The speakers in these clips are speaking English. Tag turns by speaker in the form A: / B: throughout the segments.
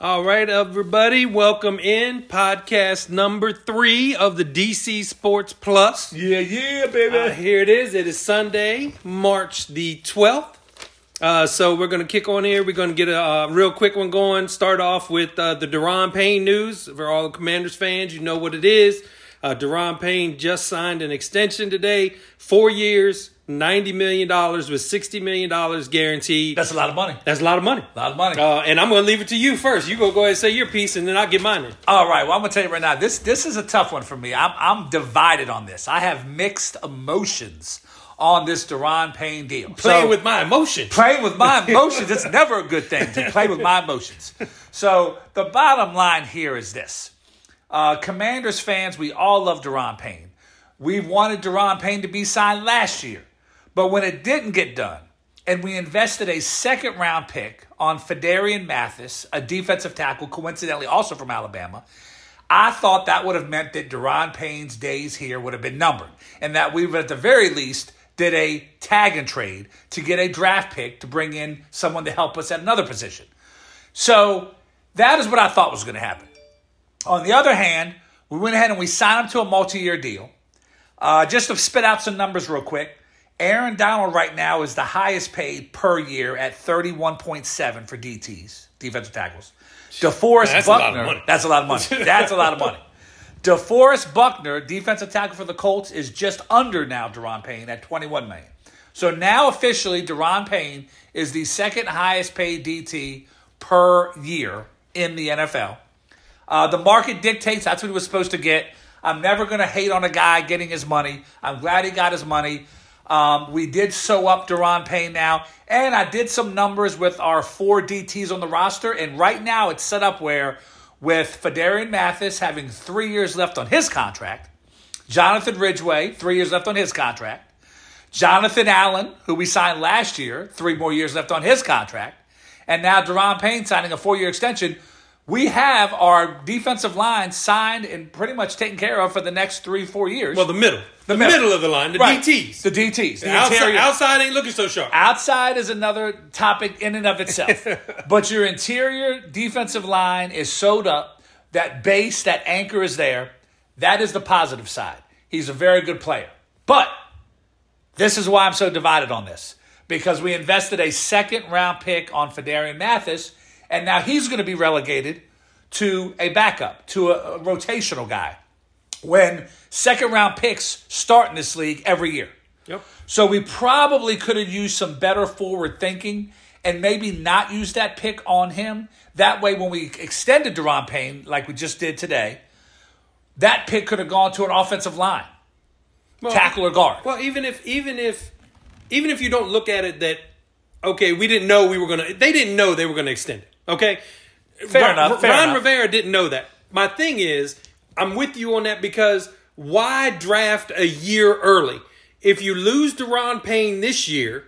A: All right, everybody, welcome in podcast number three of the DC Sports Plus.
B: Yeah, yeah, baby.
A: Uh, here it is. It is Sunday, March the 12th. Uh, so we're going to kick on here. We're going to get a uh, real quick one going. Start off with uh, the Deron Payne news. For all the Commanders fans, you know what it is. Uh, Deron Payne just signed an extension today, four years, $90 million with $60 million guaranteed.
B: That's a lot of money.
A: That's a lot of money.
B: A lot of money.
A: Uh, and I'm going to leave it to you first. You go go ahead and say your piece, and then I'll get mine. In.
B: All right. Well, I'm gonna tell you right now. This this is a tough one for me. I'm I'm divided on this. I have mixed emotions on this Deron Payne deal.
A: Playing
B: So-
A: with my emotion.
B: playing with my emotions. It's never a good thing to play with my emotions. So the bottom line here is this: uh, Commanders fans, we all love Deron Payne. We wanted Deron Payne to be signed last year, but when it didn't get done, and we invested a second round pick on Federian Mathis, a defensive tackle, coincidentally also from Alabama. I thought that would have meant that Deron Payne's days here would have been numbered, and that we would, at the very least, did a tag and trade to get a draft pick to bring in someone to help us at another position. So that is what I thought was going to happen. On the other hand, we went ahead and we signed him to a multi-year deal. Uh, just to spit out some numbers real quick, Aaron Donald right now is the highest paid per year at thirty-one point seven for DTs, defensive tackles. DeForest
A: That's a lot of
B: Buckner,
A: money.
B: that's a lot of money. That's a lot of money. DeForest Buckner, defensive tackle for the Colts, is just under now Deron Payne at 21 million. So now officially, Deron Payne is the second highest paid DT per year in the NFL. Uh, the market dictates that's what he was supposed to get. I'm never going to hate on a guy getting his money. I'm glad he got his money. Um, we did sew up Deron Payne now, and I did some numbers with our four DTs on the roster, and right now it's set up where with Federian Mathis having three years left on his contract, Jonathan Ridgeway, three years left on his contract, Jonathan Allen, who we signed last year, three more years left on his contract, and now Deron Payne signing a four year extension. We have our defensive line signed and pretty much taken care of for the next three, four years.
A: Well, the middle. The, middle.
B: middle.
A: of the line. The
B: Right.
A: DTs.
B: The DTs. The
A: outside,
B: interior.
A: outside ain't looking so sharp.
B: Outside is another topic in and of itself. but your interior defensive line is sewed up. That base, that anchor is there. That is the positive side. He's a very good player. But this is why I'm so divided on this because we invested a second round pick on Fedarian Mathis, and now he's going to be relegated to a backup, to a, a rotational guy when second round picks start in this league every year.
A: Yep.
B: So we probably could have used some better forward thinking and maybe not use that pick on him. That way, when we extended Deron Payne, like we just did today, that pick could have gone to an offensive line,
A: Well,
B: tackle or guard.
A: Well, even if even if even if you don't look at it that okay, we didn't know we were gonna. They didn't know they were gonna extend it. Okay,
B: Fair enough, fair
A: Ron
B: enough.
A: Rivera didn't know that. My thing is, I'm with you on that because why draft a year early if you lose to Ron Payne this year?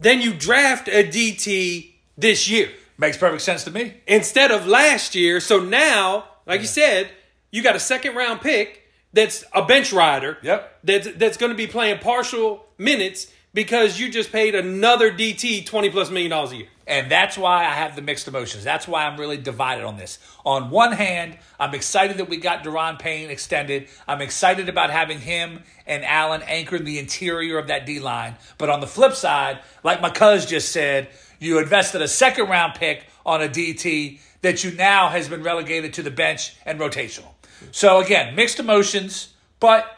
A: Then you draft a DT this year
B: Makes perfect sense to me.
A: instead of last year. So now, like you said, you got a second round pick that's a bench rider.
B: Yep.
A: That's that's going to be playing partial minutes because you just paid another DT twenty plus million dollars a year.
B: And that's why I have the mixed emotions. That's why I'm really divided on this. On one hand, I'm excited that we got Deron Payne extended. I'm excited about having him and Allen anchoring the interior of that D line. But on the flip side, like my cuz just said, you invested a second round pick on a DT that you now has been relegated to the bench and rotational. So again, mixed emotions, but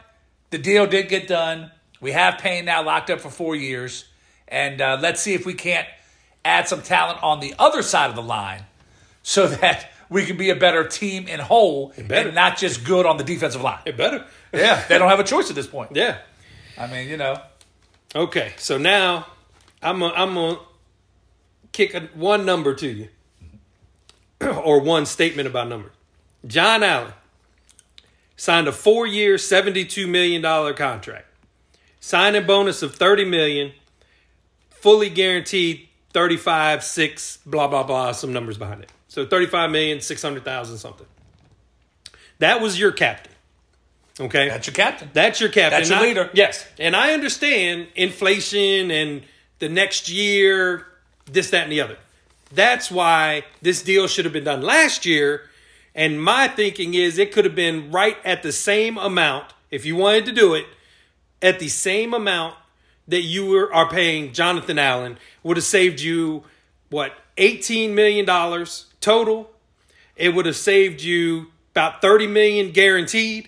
B: the deal did get done. We have Payne now locked up for four years. And uh, let's see if we can't add some talent on the other side of the line so that we can be a better team in whole
A: better.
B: and not just good on the defensive line.
A: It better.
B: Yeah. They don't have a choice at this point.
A: Yeah.
B: I mean, you know.
A: Okay. So now I'm i I'm gonna kick a, one number to you or one statement about numbers. John Allen signed a four-year, seventy-two million dollar contract. Signing bonus of thirty million, fully guaranteed thirty-five six blah blah blah. Some numbers behind it. So thirty-five million six hundred thousand something. That was your captain. Okay,
B: That's your captain.
A: that's your captain.
B: That's your
A: And I-
B: leader.
A: yes. And I understand inflation and the next year, this, that, and the other. That's why this deal should have been done last year. And my thinking is it could have been right at the same amount, if you wanted to do it, at the same amount that you were, are paying Jonathan Allen, would have saved you, what, $18 million total? It would have saved you about $30 million guaranteed.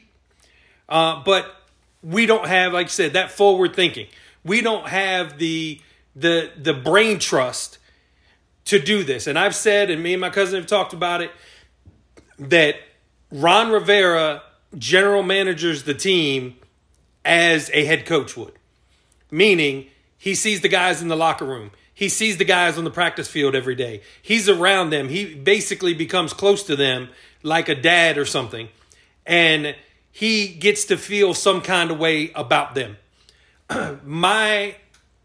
A: Uh, but we don't have, like I said, that forward thinking. We don't have the the the brain trust to do this. And I've said, and me and my cousin have talked about it, that Ron Rivera general managers the team as a head coach would, meaning he sees the guys in the locker room. He sees the guys on the practice field every day. He's around them. He basically becomes close to them like a dad or something. And he gets to feel some kind of way about them. My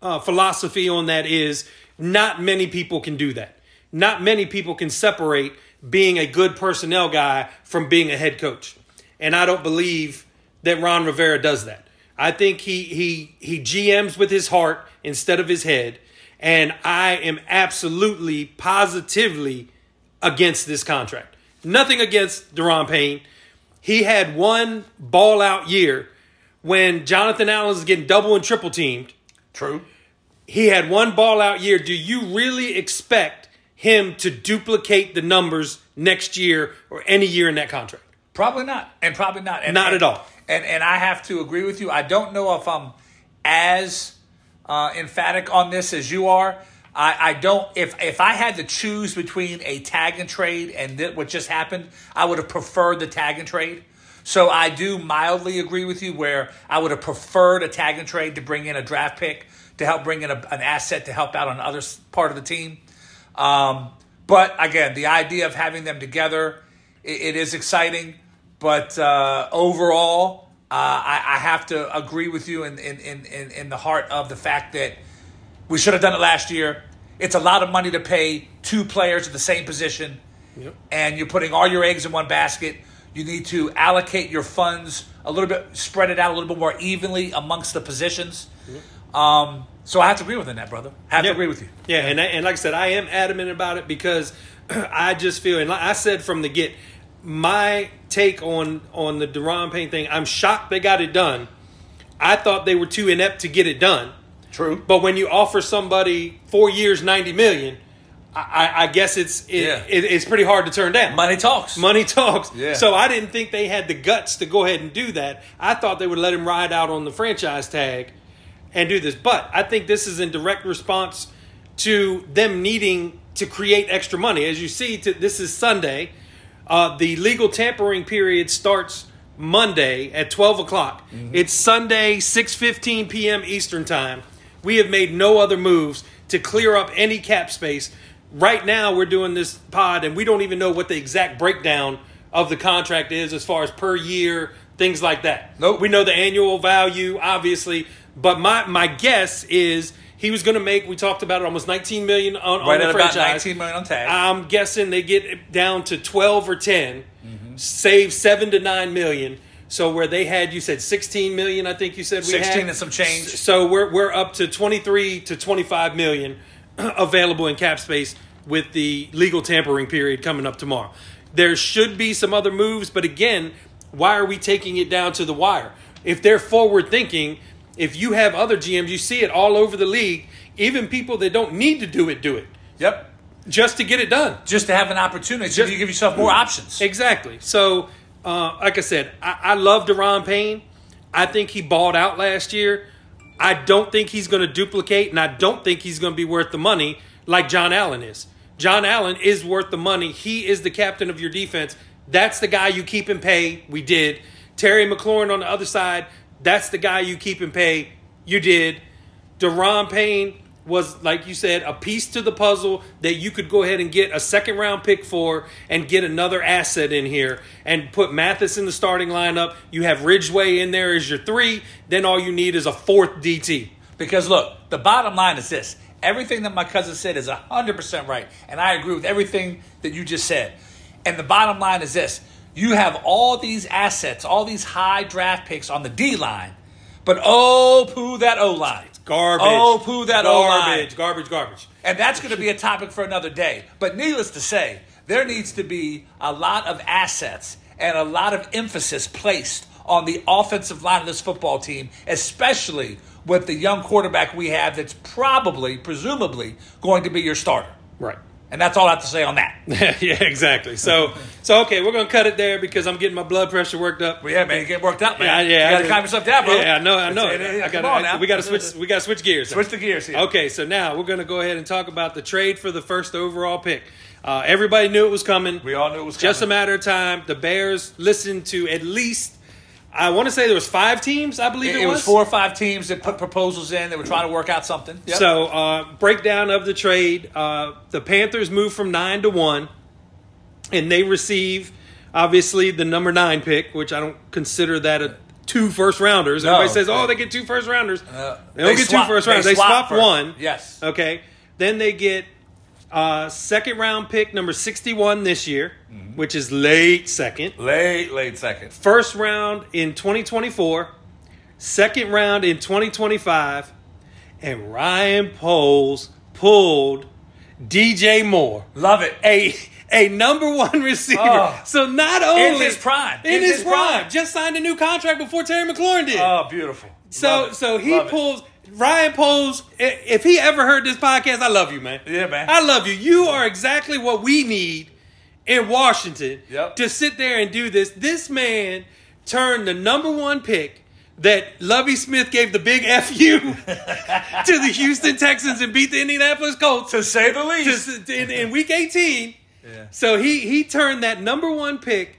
A: uh, philosophy on that is not many people can do that. Not many people can separate being a good personnel guy from being a head coach. And I don't believe that Ron Rivera does that. I think he he he GMs with his heart instead of his head, and I am absolutely positively against this contract. Nothing against Deron Payne. He had one ball out year when Jonathan Allen was getting double and triple teamed
B: True.
A: he had one ball out year. Do you really expect him to duplicate the numbers next year or any year in that contract?
B: Probably not, and probably not, and,
A: Not at all.
B: And and I have to agree with you. I don't know if I'm as uh, emphatic on this as you are. I, I don't. If if I had to choose between a tag and trade and th- what just happened, I would have preferred the tag and trade. So I do mildly agree with you where I would have preferred a tag and trade to bring in a draft pick to help bring in a, an asset to help out on the other s- part of the team. Um, but again, the idea of having them together, i it is exciting. But uh, overall, uh, I, I have to agree with you in, in, in, in, in the heart of the fact that we should have done it last year. It's a lot of money to pay two players at the same position,
A: Yep.
B: and you're putting all your eggs in one basket. You need to allocate your funds a little bit, spread it out a little bit more evenly amongst the positions. Um, so I have to agree with you on that, brother. I have to agree with you.
A: Yeah, and I- and like I said, I am adamant about it because I just feel, and like I said from the get, my take on on the Deron Payne thing. I'm shocked they got it done. I thought they were too inept to get it done.
B: True.
A: But when you offer somebody four years, ninety million, I, I- I guess it's it,
B: Yeah.
A: it, it's pretty hard to turn down.
B: Money talks.
A: Money talks.
B: Yeah.
A: So I didn't think they had the guts to go ahead and do that. I thought they would let him ride out on the franchise tag and do this. But I think this is in direct response to them needing to create extra money. As you see, to, this is Sunday. Uh, the legal tampering period starts Monday at 12 o'clock. It's Sunday, 6.15 p.m. Eastern Time. We have made no other moves to clear up any cap space. Right now, we're doing this pod, and we don't even know what the exact breakdown of the contract is as far as per year, things like that.
B: Nope.
A: We know the annual value, obviously, but my, my guess is he was going to make, we talked about it, almost 19 million on, on
B: Right
A: the
B: at about
A: franchise.
B: 19 million on tag.
A: I'm guessing they get it down to 12 or 10, save 7 to 9 million. So where they had, you said 16 million, I think you said we had.
B: 16 and some change.
A: S- So we're, we're up to 23 to 25 million available in cap space with the legal tampering period coming up tomorrow. There should be some other moves, but again, why are we taking it down to the wire? If they're forward thinking, if you have other GMs, you see it all over the league, even people that don't need to do it, do it
B: Yep.
A: just to get it done.
B: Just to have an opportunity, so
A: Just- Mm.
B: you give yourself more options.
A: Exactly. So, uh, like I said, I, I love Deron Payne. I think he balled out last year. I don't think he's going to duplicate, and I don't think he's going to be worth the money like John Allen is. John Allen is worth the money. He is the captain of your defense. That's the guy you keep and pay. We did. Terry McLaurin on the other side. That's the guy you keep and pay. You did. Deron Payne was, like you said, a piece to the puzzle that you could go ahead and get a second round pick for and get another asset in here and put Mathis in the starting lineup. You have Ridgeway in there as your three. Then all you need is a fourth DT.
B: Because look, the bottom line is this. Everything that my cousin said is 100% right. And I agree with everything that you just said. And the bottom line is this. You have all these assets, all these high draft picks on the D line, but oh, poo that O line.
A: Garbage.
B: Oh, poo that O-line.
A: Garbage, garbage, garbage.
B: And that's going to be a topic for another day. But needless to say, there needs to be a lot of assets and a lot of emphasis placed on the offensive line of this football team, especially with the young quarterback we have that's probably, presumably, going to be your starter.
A: Right.
B: And that's all I have to say on that.
A: yeah, exactly. So, so okay, we're gonna cut it there because I'm getting my blood pressure worked up.
B: But yeah, man, you get worked up,
A: Yeah,
B: man.
A: yeah.
B: You
A: I
B: got to
A: do.
B: calm yourself down, bro.
A: Yeah, I know, I know.
B: It's- it- it-
A: I gotta,
B: come on
A: I-
B: now.
A: we got to switch. We got to switch gears. now.
B: Switch the gears here.
A: Okay, so now we're going to go ahead and talk about the trade for the first overall pick. Uh, everybody knew it was coming.
B: We all knew it was
A: just a
B: coming.
A: matter of time. The Bears listened to at least. I want to say there was five teams. I believe
B: It,
A: it,
B: it was four or five teams that put proposals in. They were trying to work out something. Yep.
A: So uh, breakdown of the trade: uh, the Panthers moved from nine to one, and they receive obviously the number nine pick, which I don't consider that a two first rounders.
B: No. Uh,
A: Everybody says, "Oh, they get two first rounders." they don't
B: they
A: get
B: swap-
A: two first
B: they
A: rounders. They,
B: swap
A: swap
B: first.
A: one.
B: Yes.
A: Okay. Then they get uh, second round pick number sixty-one this year,
B: Mm-hmm.
A: which is late second
B: late, late second.
A: first round in 2024, second round in 2025, and Ryan Poles pulled DJ Moore,
B: Love it.
A: a a number one receiver.
B: Oh.
A: so not only
B: his prime.
A: in,
B: In
A: his,
B: his
A: prime.
B: prime.
A: just signed a new contract before Terry McLaurin did.
B: Oh, beautiful. Love
A: so
B: it.
A: so he
B: Love it.
A: pulls. Ryan Poles, i- if he ever heard this podcast, I love you, man.
B: Yeah, man.
A: I love you. You are exactly what we need in Washington
B: Yep.
A: to sit there and do this. This man turned the number one pick that Lovey Smith gave the big FU to the Houston Texans and beat the Indianapolis Colts
B: to say the least.
A: to- to- in, in week 18.
B: Yeah.
A: So he, he turned that number one pick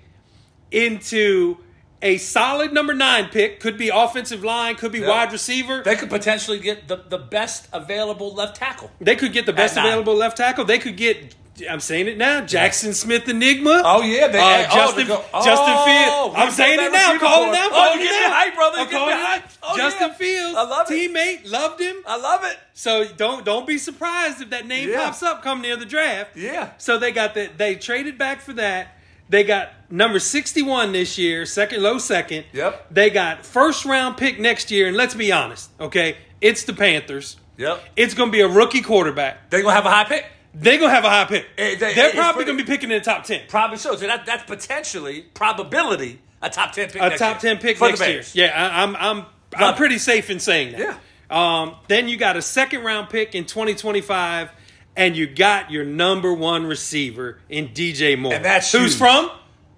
A: into a solid number nine pick. Could be offensive line, could be wide receiver.
B: They could potentially get the, the best available left tackle.
A: They could get the best
B: nine.
A: available left tackle. They could get. I'm saying it now. Jackson Smith Enigma.
B: Oh, yeah, they-
A: Uh,
B: oh,
A: Justin
B: they go- oh,
A: Justin
B: we
A: Fields. I'm
B: got
A: saying
B: that
A: it now.
B: receiver
A: Call
B: for
A: it now.
B: us.
A: Call
B: Oh,
A: it
B: you getting
A: now.
B: hype, brother.
A: I'm
B: You're
A: calling
B: getting
A: it.
B: hype. Oh,
A: Justin
B: yeah.
A: Fields.
B: I love it.
A: Teammate loved him.
B: I love it.
A: So don't don't be surprised if that name
B: Yeah.
A: pops up come near the draft.
B: Yeah.
A: So they got that. They traded back for that. They got number sixty-one this year, second low second.
B: Yep.
A: They got first round pick next year, and let's be honest, okay, it's the Panthers.
B: Yep.
A: It's going to be a rookie quarterback.
B: They're going to have a high pick?
A: They're gonna have a high pick.
B: Eh, they-
A: They're
B: it's
A: probably
B: pretty-
A: gonna be picking in the top ten.
B: Probably so. So that, that's potentially, probability, a top 10 pick
A: A
B: next
A: top
B: year.
A: ten pick
B: For the
A: next year.
B: Bears.
A: Yeah, I, I'm I'm I'm
B: Love it.
A: pretty safe in saying that.
B: Yeah.
A: Um, then you got a second round pick in 2025, and you got your number one receiver in DJ Moore.
B: And that's
A: who's
B: huge.
A: from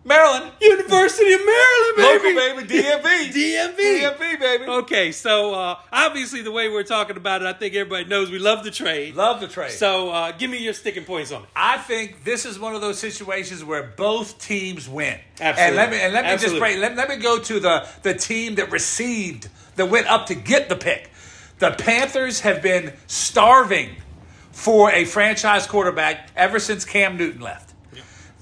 B: Maryland.
A: University of Maryland, baby.
B: Local, baby. DMV.
A: DMV.
B: DMV, baby.
A: Okay, so uh, obviously the way we're talking about it, I think everybody knows we love the trade.
B: Love the trade.
A: So uh, give me your sticking points on it.
B: I think this is one of those situations where both teams win.
A: Absolutely.
B: And let me and let me
A: Absolutely.
B: just break. Let, let me go to the the team that received that went up to get the pick. The Panthers have been starving for a franchise quarterback ever since Cam Newton left.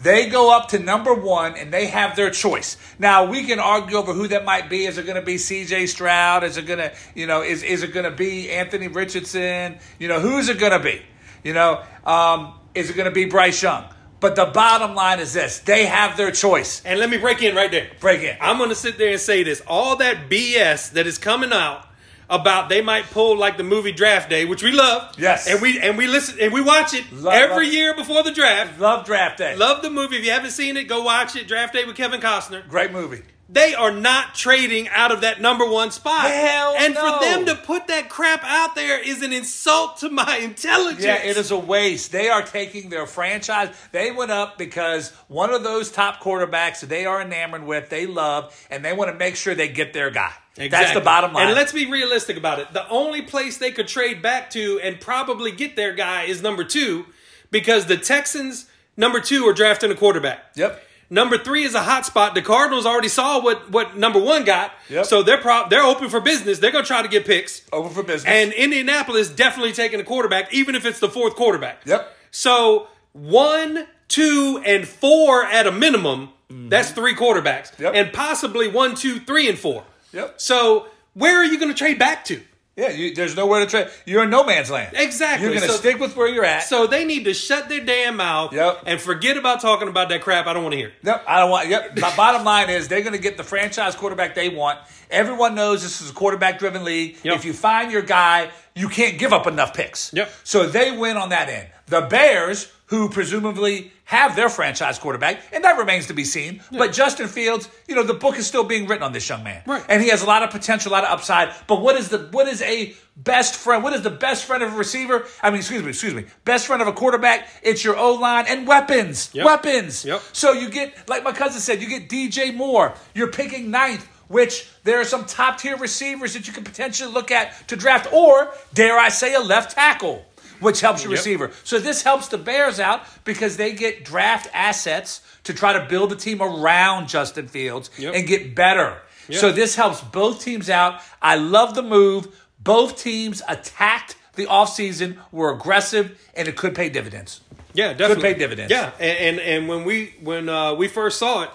B: They go up to number one and they have their choice. Now we can argue over who that might be. Is it going to be C.J. Stroud? Is it going to you know is is it going to be Anthony Richardson? You know who's it going to be? You know um, is it going to be Bryce Young? But the bottom line is this: they have their choice.
A: And let me break in right there.
B: Break in.
A: I'm going to sit there and say this. All that BS that is coming out about they might pull like the movie Draft Day, which we love.
B: Yes.
A: And we and we listen and we watch it
B: Love-
A: every
B: love-
A: year before the draft.
B: Love draft day.
A: Love the movie. If you haven't seen it, go watch it. Draft Day with Kevin Costner.
B: Great movie.
A: They are not trading out of that number one spot.
B: Hell
A: and
B: no.
A: for them to put that crap out there is an insult to my intelligence.
B: Yeah, it is a waste. They are taking their franchise. They went up because one of those top quarterbacks that they are enamored with, they love, and they want to make sure they get their guy. That's
A: Exactly.
B: the bottom line.
A: And let's be realistic about it. The only place they could trade back to and probably get their guy is number two, because the Texans number two are drafting a quarterback.
B: Yep.
A: Number three is a hot spot. The Cardinals already saw what what number one got.
B: Yep.
A: So they're pro- they're open for business. They're gonna try to get picks.
B: Open for business.
A: And Indianapolis definitely taking a quarterback, even if it's the fourth quarterback.
B: Yep.
A: So one, two, and four at a minimum. That's three quarterbacks,
B: Mm-hmm. Yep.
A: and possibly one, two, three, and four.
B: Yep.
A: So where are you going to trade back to?
B: Yeah, you, there's nowhere to trade. You're in no man's land.
A: Exactly.
B: You're going to
A: So-
B: stick with where you're at.
A: So they need to shut their damn mouth
B: Yep.
A: and forget about talking about that crap. I don't want to hear. it.
B: Nope, I don't want. Yep. My bottom line is they're going to get the franchise quarterback they want. Everyone knows this is a quarterback-driven league.
A: Yep.
B: If you find your guy, you can't give up enough picks.
A: Yep.
B: So they win on that end. The Bears, who presumably have their franchise quarterback, and that remains to be seen. But Justin Fields, you know, the book is still being written on this young man,
A: Right.
B: And he has a lot of potential, a lot of upside. But what is the what is a best friend? What is the best friend of a receiver? I mean, excuse me, excuse me, best friend of a quarterback? It's your O line and weapons,
A: Yep.
B: weapons.
A: Yep.
B: So you get, like my cousin said, you get DJ Moore. You're picking ninth, which there are some top tier receivers that you can potentially look at to draft, or dare I say, a left tackle, which helps your receiver. So this helps the Bears out because they get draft assets to try to build a team around Justin Fields
A: Yep.
B: and get better. So this helps both teams out. I love the move. Both teams attacked the offseason, were aggressive, and it could pay dividends.
A: Yeah, definitely
B: pay dividends.
A: Yeah, and and, and when we when uh, we first saw it,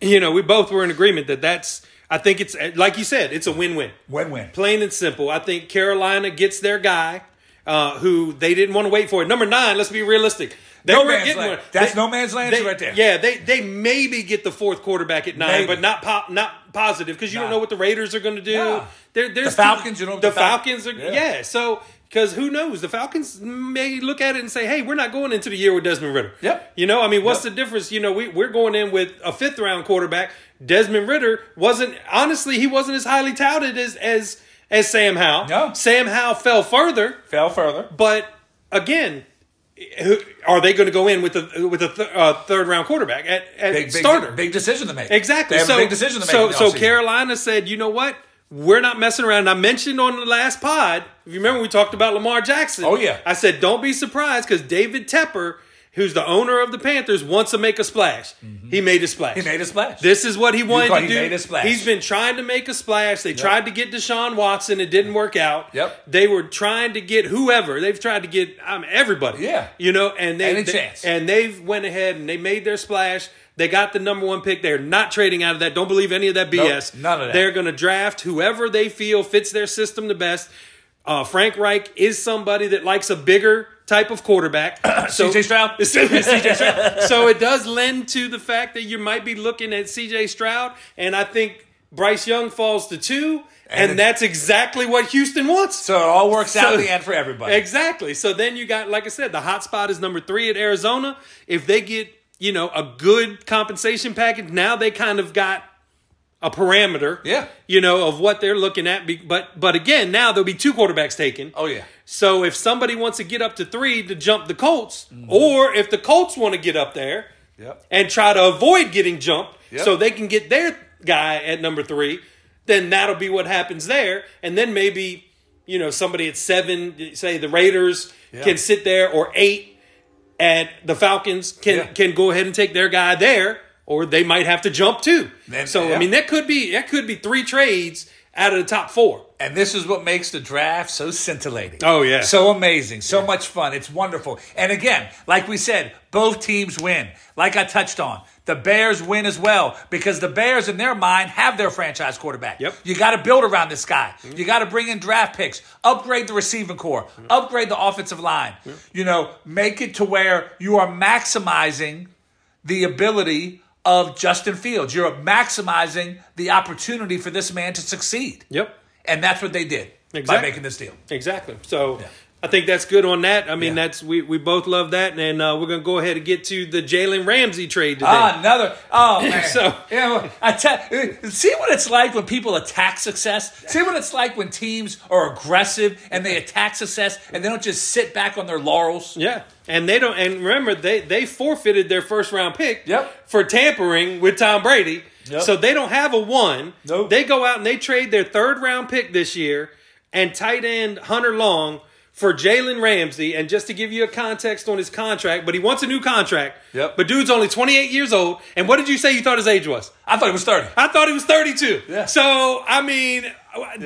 A: you know, we both were in agreement that that's. I think it's like you said, it's a win-win.
B: Win win.
A: Plain and simple. I think Carolina gets their guy uh, who they didn't want to wait for. Number nine, let's be realistic. They
B: No
A: weren't
B: man's
A: getting
B: land.
A: one.
B: That's
A: They-
B: no man's land
A: they-
B: right there.
A: Yeah, they they maybe get the fourth quarterback at nine,
B: Maybe.
A: but not po- not positive because you
B: Nah.
A: don't know what the Raiders are going to do.
B: Nah.
A: There, there's
B: The Falcons, you know,
A: the,
B: the Fal-
A: Falcons are
B: Yeah.
A: yeah. so because who knows? The Falcons may look at it and say, "Hey, we're not going into the year with Desmond Ritter."
B: Yep.
A: You know, I mean, what's the difference? You know, we we're going in with a fifth round quarterback. Desmond Ritter wasn't honestly he wasn't as highly touted as as as Sam Howell.
B: No.
A: Sam Howell fell further,
B: Fell further.
A: but again, who, are they going to go in with a with a th- uh, third round quarterback at, at
B: big, big-
A: starter?
B: Big, decision to make.
A: Exactly.
B: They have
A: so
B: a big decision to make.
A: So,
B: in the
A: so
B: offseason.
A: Carolina said, you know what? We're not messing around. And I mentioned on the last pod, if you remember, we talked about Lamar Jackson.
B: Oh, yeah.
A: I said, don't be surprised because David Tepper, who's the owner of the Panthers, wants to make a splash. He made a splash.
B: Mm-hmm. he made a splash.
A: This is what he wanted
B: call-
A: to
B: he
A: do.
B: made a splash.
A: He's been trying to make a splash. They tried to get Deshaun Watson. It didn't work out.
B: Yep.
A: They were trying to get whoever. They've tried to get um, everybody.
B: Yeah.
A: You know, and they,
B: Any
A: they-
B: chance.
A: and they've went ahead and they made their splash. They got the number one pick. They're not trading out of that. Don't believe any of that BS.
B: none of that.
A: They're going to draft whoever they feel fits their system the best. Uh, Frank Reich is somebody that likes a bigger type of quarterback. so,
B: CJ Stroud?
A: CJ Stroud. So it does lend to the fact that you might be looking at CJ Stroud, and I think Bryce Young falls to two, and,
B: And-
A: that's exactly what Houston wants.
B: so it all works out in
A: So-
B: the end for everybody.
A: Exactly. So then you got, like I said, the hot spot is number three at Arizona. If they get, you know, a good compensation package, now they kind of got a parameter,
B: Yeah.
A: you know, of what they're looking at. Be- But but again, now there'll be two quarterbacks taken.
B: oh yeah.
A: So if somebody wants to get up to three to jump the Colts, or if the Colts want to get up there
B: Yep.
A: and try to avoid getting jumped
B: Yep.
A: so they can get their guy at number three, then that'll be what happens there. And then maybe, you know, somebody at seven, say the Raiders,
B: Yeah.
A: can sit there, or eight and the Falcons can
B: Yeah.
A: can go ahead and take their guy there, or they might have to jump too.
B: Then-
A: so
B: yeah.
A: I mean that could be that could be three trades out of the top four.
B: And this is what makes the draft so scintillating.
A: Oh, yeah.
B: So amazing. So much fun. It's wonderful. And again, like we said, both teams win. Like I touched on, the Bears win as well because the Bears, in their mind, have their franchise quarterback.
A: Yep. Mm-hmm.
B: You got to build around this guy. You got to bring in draft picks, upgrade the receiving core, upgrade the offensive line. You know, make it to where you are maximizing the ability of Justin Fields. You're maximizing the opportunity for this man to succeed.
A: Yep.
B: And that's what they did by
A: Exactly.
B: making this deal.
A: Exactly. So
B: Yeah.
A: I think that's good on that. I mean,
B: Yeah.
A: that's we, we both love that, and uh, we're gonna go ahead and get to the Jalen Ramsey trade today.
B: Ah, another. Oh man.
A: So-
B: yeah, well, I te- see what it's like when people attack success. See what it's like when teams are aggressive and they attack success and they don't just sit back on their laurels.
A: yeah, and they don't. And remember, they they forfeited their first round pick.
B: Yep.
A: For tampering with Tom Brady,
B: Yep.
A: so they don't have a one.
B: Nope.
A: They go out and they trade their third round pick this year and tight end Hunter Long. For Jalen Ramsey, and just to give you a context on his contract, but he wants a new contract.
B: Yep.
A: But dude's only 28 years old. And what did you say you thought his age was?
B: I thought it was thirty.
A: I thought he was 32.
B: Yeah.
A: So, I mean,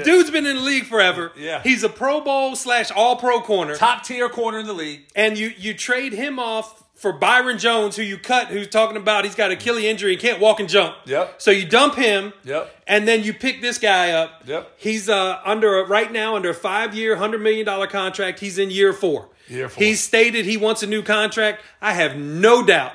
A: dude's been in the league forever.
B: Yeah.
A: He's a Pro Bowl slash All Pro corner.
B: Top tier corner in the league.
A: And you, you trade him off for Byron Jones, who you cut, who's talking about he's got a Achilles injury and can't walk and jump.
B: Yep.
A: So you dump him.
B: Yep.
A: And then you pick this guy up.
B: Yep.
A: He's uh, under a, right now under a five year, hundred million dollar contract. He's in year four.
B: Year four.
A: He's stated he wants a new contract. I have no doubt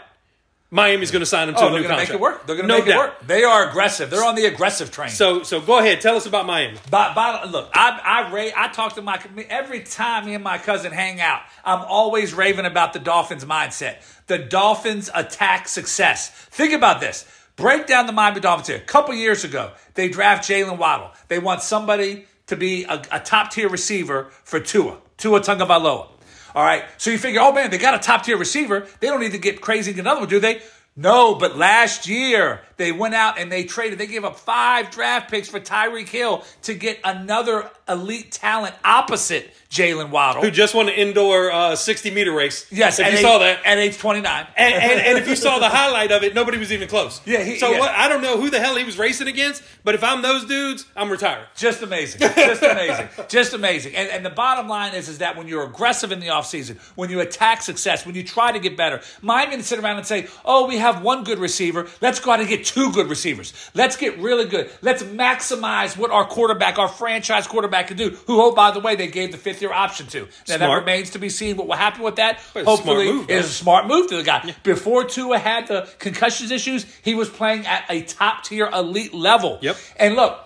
A: Miami's going to sign him to
B: Oh,
A: a new
B: they're going to
A: contract.
B: make it work. They're going to
A: no
B: make
A: doubt.
B: it work. They are aggressive. They're on the aggressive train.
A: So so go ahead. Tell us about Miami.
B: By, by, look, I, I, ra- I talk to my, every time me and my cousin hang out, I'm always raving about the Dolphins mindset. The Dolphins attack success. Think about this. Break down the Miami Dolphins here. A couple years ago, they draft Jalen Waddle. They want somebody to be a, a top tier receiver for Tua, Tua Tungavaloa. All right. So you figure, oh man, they got a top tier receiver. They don't need to get crazy and get another one, do they? No, but last year they went out and they traded. They gave up five draft picks for Tyreek Hill to get another elite talent opposite Jalen Waddle.
A: Who just won an indoor uh, sixty meter race?
B: yes,
A: If
B: at
A: you
B: age-
A: saw that.
B: at age twenty nine.
A: And, and, and if you saw the highlight of it, nobody was even close.
B: Yeah, he-
A: so
B: yeah.
A: What, I don't know who the hell he was racing against, but if I'm those dudes, I'm retired.
B: Just amazing. Just amazing. Just amazing. And, and the bottom line is, is that when you're aggressive in the offseason, when you attack success, when you try to get better, Miami didn't sit around and say, oh, we have one good receiver. Let's go out and get two good receivers. Let's get really good. Let's maximize what our quarterback, our franchise quarterback can do, who, oh, by the way, they gave the fifth year option to. Now, that
A: Smart.
B: remains to be seen what will happen with that.
A: But it's a smart
B: Hopefully,
A: move,
B: it's
A: though.
B: a smart move to the guy. Before Tua had the concussions issues, he was playing at a top tier elite level.
A: Yep.
B: And look,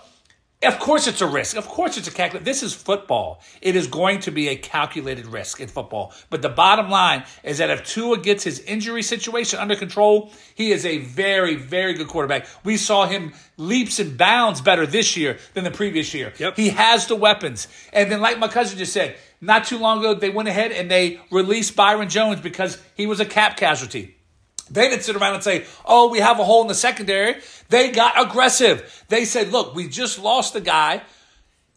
B: of course, it's a risk. Of course, it's a calculated. This is football. It is going to be a calculated risk in football. But the bottom line is that if Tua gets his injury situation under control, he is a very, very good quarterback. We saw him leaps and bounds better this year than the previous year.
A: Yep.
B: He has the weapons. And then, like my cousin just said, not too long ago, they went ahead and they released Byron Jones because he was a cap casualty. They didn't sit around and say, oh, we have a hole in the secondary. They got aggressive. They said, look, we just lost the guy.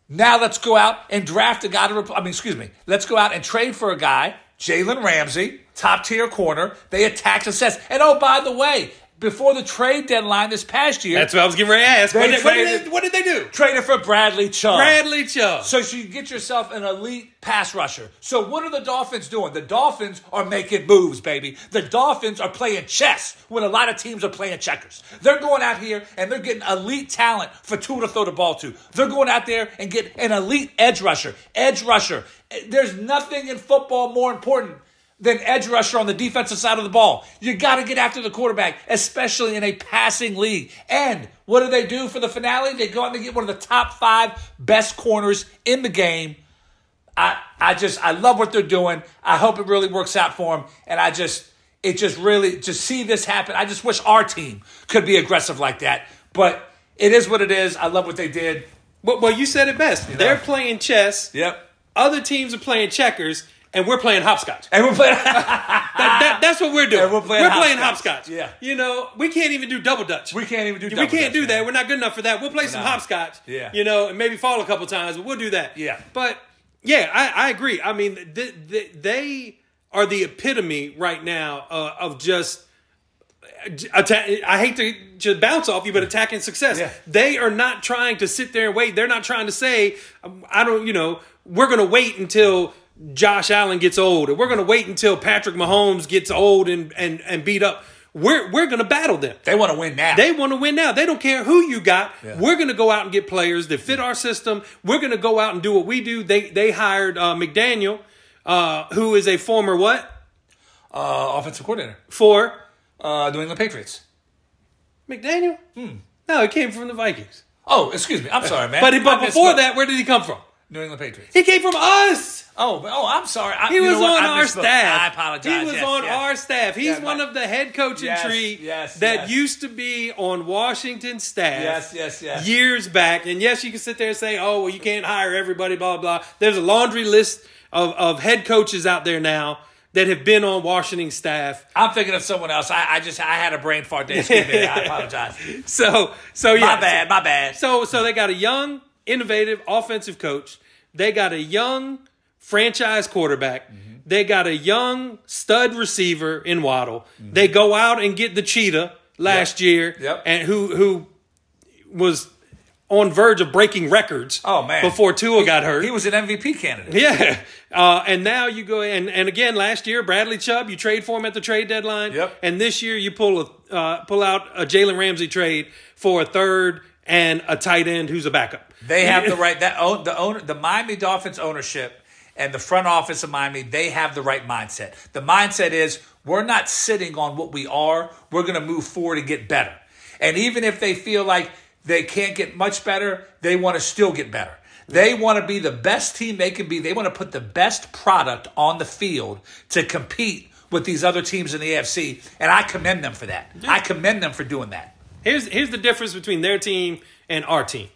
B: Now let's go out and draft a guy to repl I mean, excuse me, let's go out and trade for a guy, Jalen Ramsey, top tier corner. They attack success. And oh, by the way, before the trade deadline this past year,
A: That's what I was getting ready to ask. What
B: They
A: did, what did
B: traded-
A: they, what did they do?
B: traded for Bradley Chubb.
A: Bradley Chubb.
B: So you get yourself an elite pass rusher. So what are the Dolphins doing? The Dolphins are making moves, baby. The Dolphins are playing chess when a lot of teams are playing checkers. They're going out here and they're getting elite talent for two to throw the ball to. They're going out there and get an elite edge rusher. Edge rusher. There's nothing in football more important than edge rusher on the defensive side of the ball. You got to get after the quarterback, especially in a passing league. And what do they do for the finale? They go out and they get one of the top five best corners in the game. I, I just, I love what they're doing. I hope it really works out for them. And I just, it just really, to see this happen, I just wish our team could be aggressive like that. But it is what it is. I love what they did.
A: well, well, you said it best. They're playing chess.
B: Yep.
A: Other teams are playing checkers, and we're playing hopscotch.
B: And we're playing.
A: That- that- that's what we're doing.
B: And we're playing
A: hopscotch.
B: hopscotch. Yeah.
A: You know, we can't even do double dutch.
B: We can't even do
A: We
B: double
A: can't
B: dutch,
A: do that.
B: man.
A: We're not good enough for that. We'll play some
B: not.
A: hopscotch.
B: Yeah.
A: You know, and maybe fall a couple times, but we'll do that.
B: Yeah.
A: But yeah, I, I agree. I mean, th- th- they are the epitome right now uh, of just. Attack, I hate to just bounce off you, but attacking success.
B: Yeah.
A: They are not trying to sit there and wait. They're not trying to say, um, I don't, you know, we're going to wait until Josh Allen gets old, or we're going to wait until Patrick Mahomes gets old and and and beat up. We're we're going to battle them.
B: they want to win now.
A: They want to win now. They don't care who you got.
B: Yeah.
A: We're going to go out and get players that fit our system. We're going to go out and do what we do. They they hired uh, McDaniel, uh, who is a former what
B: uh, offensive coordinator,
A: for
B: uh, New England Patriots.
A: McDaniel?
B: Hmm.
A: No, he came from the Vikings.
B: Oh, excuse me. I'm sorry, man.
A: But but
B: I
A: before
B: misspoke.
A: that, where did he come from?
B: New England Patriots.
A: He came from us.
B: Oh, but- oh, I'm sorry. I,
A: He
B: you know
A: was
B: what?
A: on
B: I
A: our
B: misspoke.
A: staff.
B: I apologize.
A: He was
B: Yes,
A: on
B: yes.
A: our staff. He's
B: Yeah,
A: one
B: my-
A: of the head coaching
B: Yes,
A: tree
B: yes,
A: that
B: yes.
A: used to be on Washington's staff.
B: Yes, yes, yes.
A: Years back. And yes, you can sit there and say, oh, well, you can't hire everybody, blah, blah. There's a laundry list of, of head coaches out there now that have been on Washington's staff.
B: I'm thinking of someone else. I, I just I had a brain fart there. Excuse me. I apologize.
A: So, so yeah.
B: My bad. My bad.
A: So so they got a young, innovative offensive coach. They got a young franchise quarterback.
B: Mm-hmm.
A: They got a young stud receiver in Waddle.
B: Mm-hmm.
A: They go out and get the cheetah last year,
B: Yep.
A: and who who was on verge of breaking records.
B: Oh, man.
A: Before Tua got hurt,
B: He was an MVP candidate.
A: yeah. Uh, and now you go and and again last year Bradley Chubb you trade for him at the trade deadline.
B: Yep.
A: And this year you pull a uh, pull out a Jalen Ramsey trade for a third and a tight end who's a backup.
B: They have the right that own the owner the Miami Dolphins ownership and the front office of Miami, they have the right mindset. The mindset is we're not sitting on what we are. We're going to move forward and get better. And even if they feel like they can't get much better, they want to still get better. They want to be the best team they can be. They want to put the best product on the field to compete with these other teams in the AFC. And I commend them for that. I commend them for doing that.
A: Here's here's the difference between their team and our team.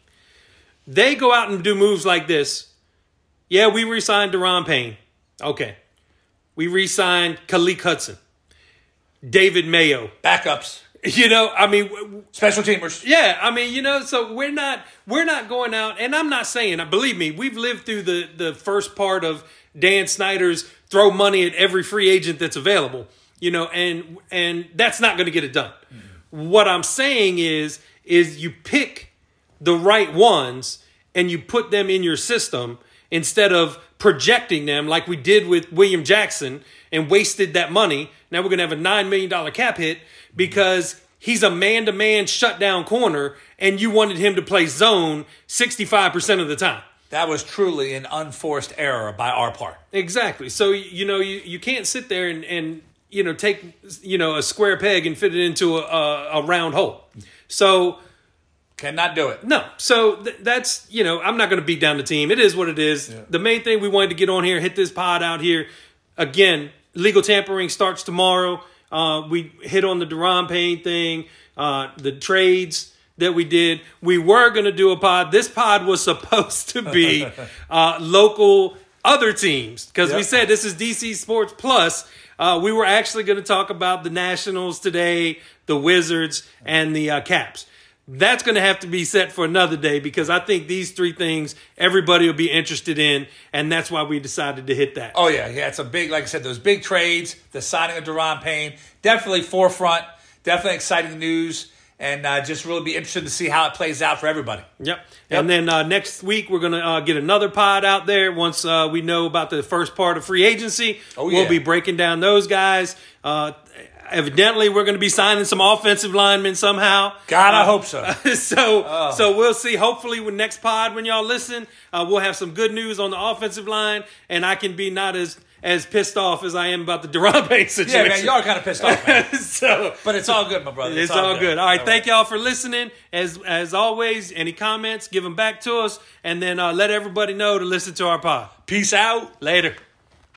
A: They go out and do moves like this. Yeah, we re-signed Deron Payne. Okay. We re-signed Khalik Hudson. David Mayo.
B: Backups,
A: You know, I mean, w- w-
B: special teamers.
A: Yeah, I mean, you know, so we're not we're not going out, and I'm not saying. uh, Believe me, we've lived through the the first part of Dan Snyder's throw money at every free agent that's available. You know, and and that's not going to get it done. What I'm saying is is you pick the right ones and you put them in your system instead of projecting them like we did with William Jackson and wasted that money. Now we're going to have a $9 million cap hit because he's a man to man shutdown corner and you wanted him to play zone 65% of the time.
B: That was truly an unforced error by our part.
A: Exactly. So you know you, you can't sit there and, and you know take you know a square peg and fit it into a, a, a round hole. So
B: Cannot do it.
A: No. So th- that's, you know, I'm not going to beat down the team. It is what it is. The main thing we wanted to get on here, hit this pod out here. Again, legal tampering starts tomorrow. Uh, we hit on the Deron Payne thing, uh, the trades that we did. We were going to do a pod. This pod was supposed to be uh, local other teams because we
B: Yep.
A: said this is DC Sports Plus. Uh, we were actually going to talk about the Nationals today, the Wizards, and the uh, Caps. That's going to have to be set for another day because I think these three things everybody will be interested in, and that's why we decided to hit that.
B: Oh yeah, yeah. It's a big, like I said, those big trades, the signing of Deron Payne, definitely forefront, definitely exciting news, and uh, just really be interested to see how it plays out for everybody.
A: Yep. And then uh, next week we're gonna uh, get another pod out there once uh, we know about the first part of free agency.
B: Oh,
A: We'll
B: yeah.
A: be breaking down those guys. Uh, evidently, we're gonna be signing some offensive linemen somehow.
B: God, I
A: Uh,
B: hope so.
A: so
B: Ah.
A: so we'll see. Hopefully, when next pod when y'all listen, uh, we'll have some good news on the offensive line, and I can be not as as pissed off as I am about the Durant
B: Yeah,
A: situation.
B: man, y'all are kind of pissed off, man.
A: so
B: But it's all good, my brother.
A: it's, all, good. All right,
B: All
A: thank y'all for listening. As as always, any comments, give them back to us, and then uh, let everybody know to listen to our pod.
B: Peace out.
A: Later.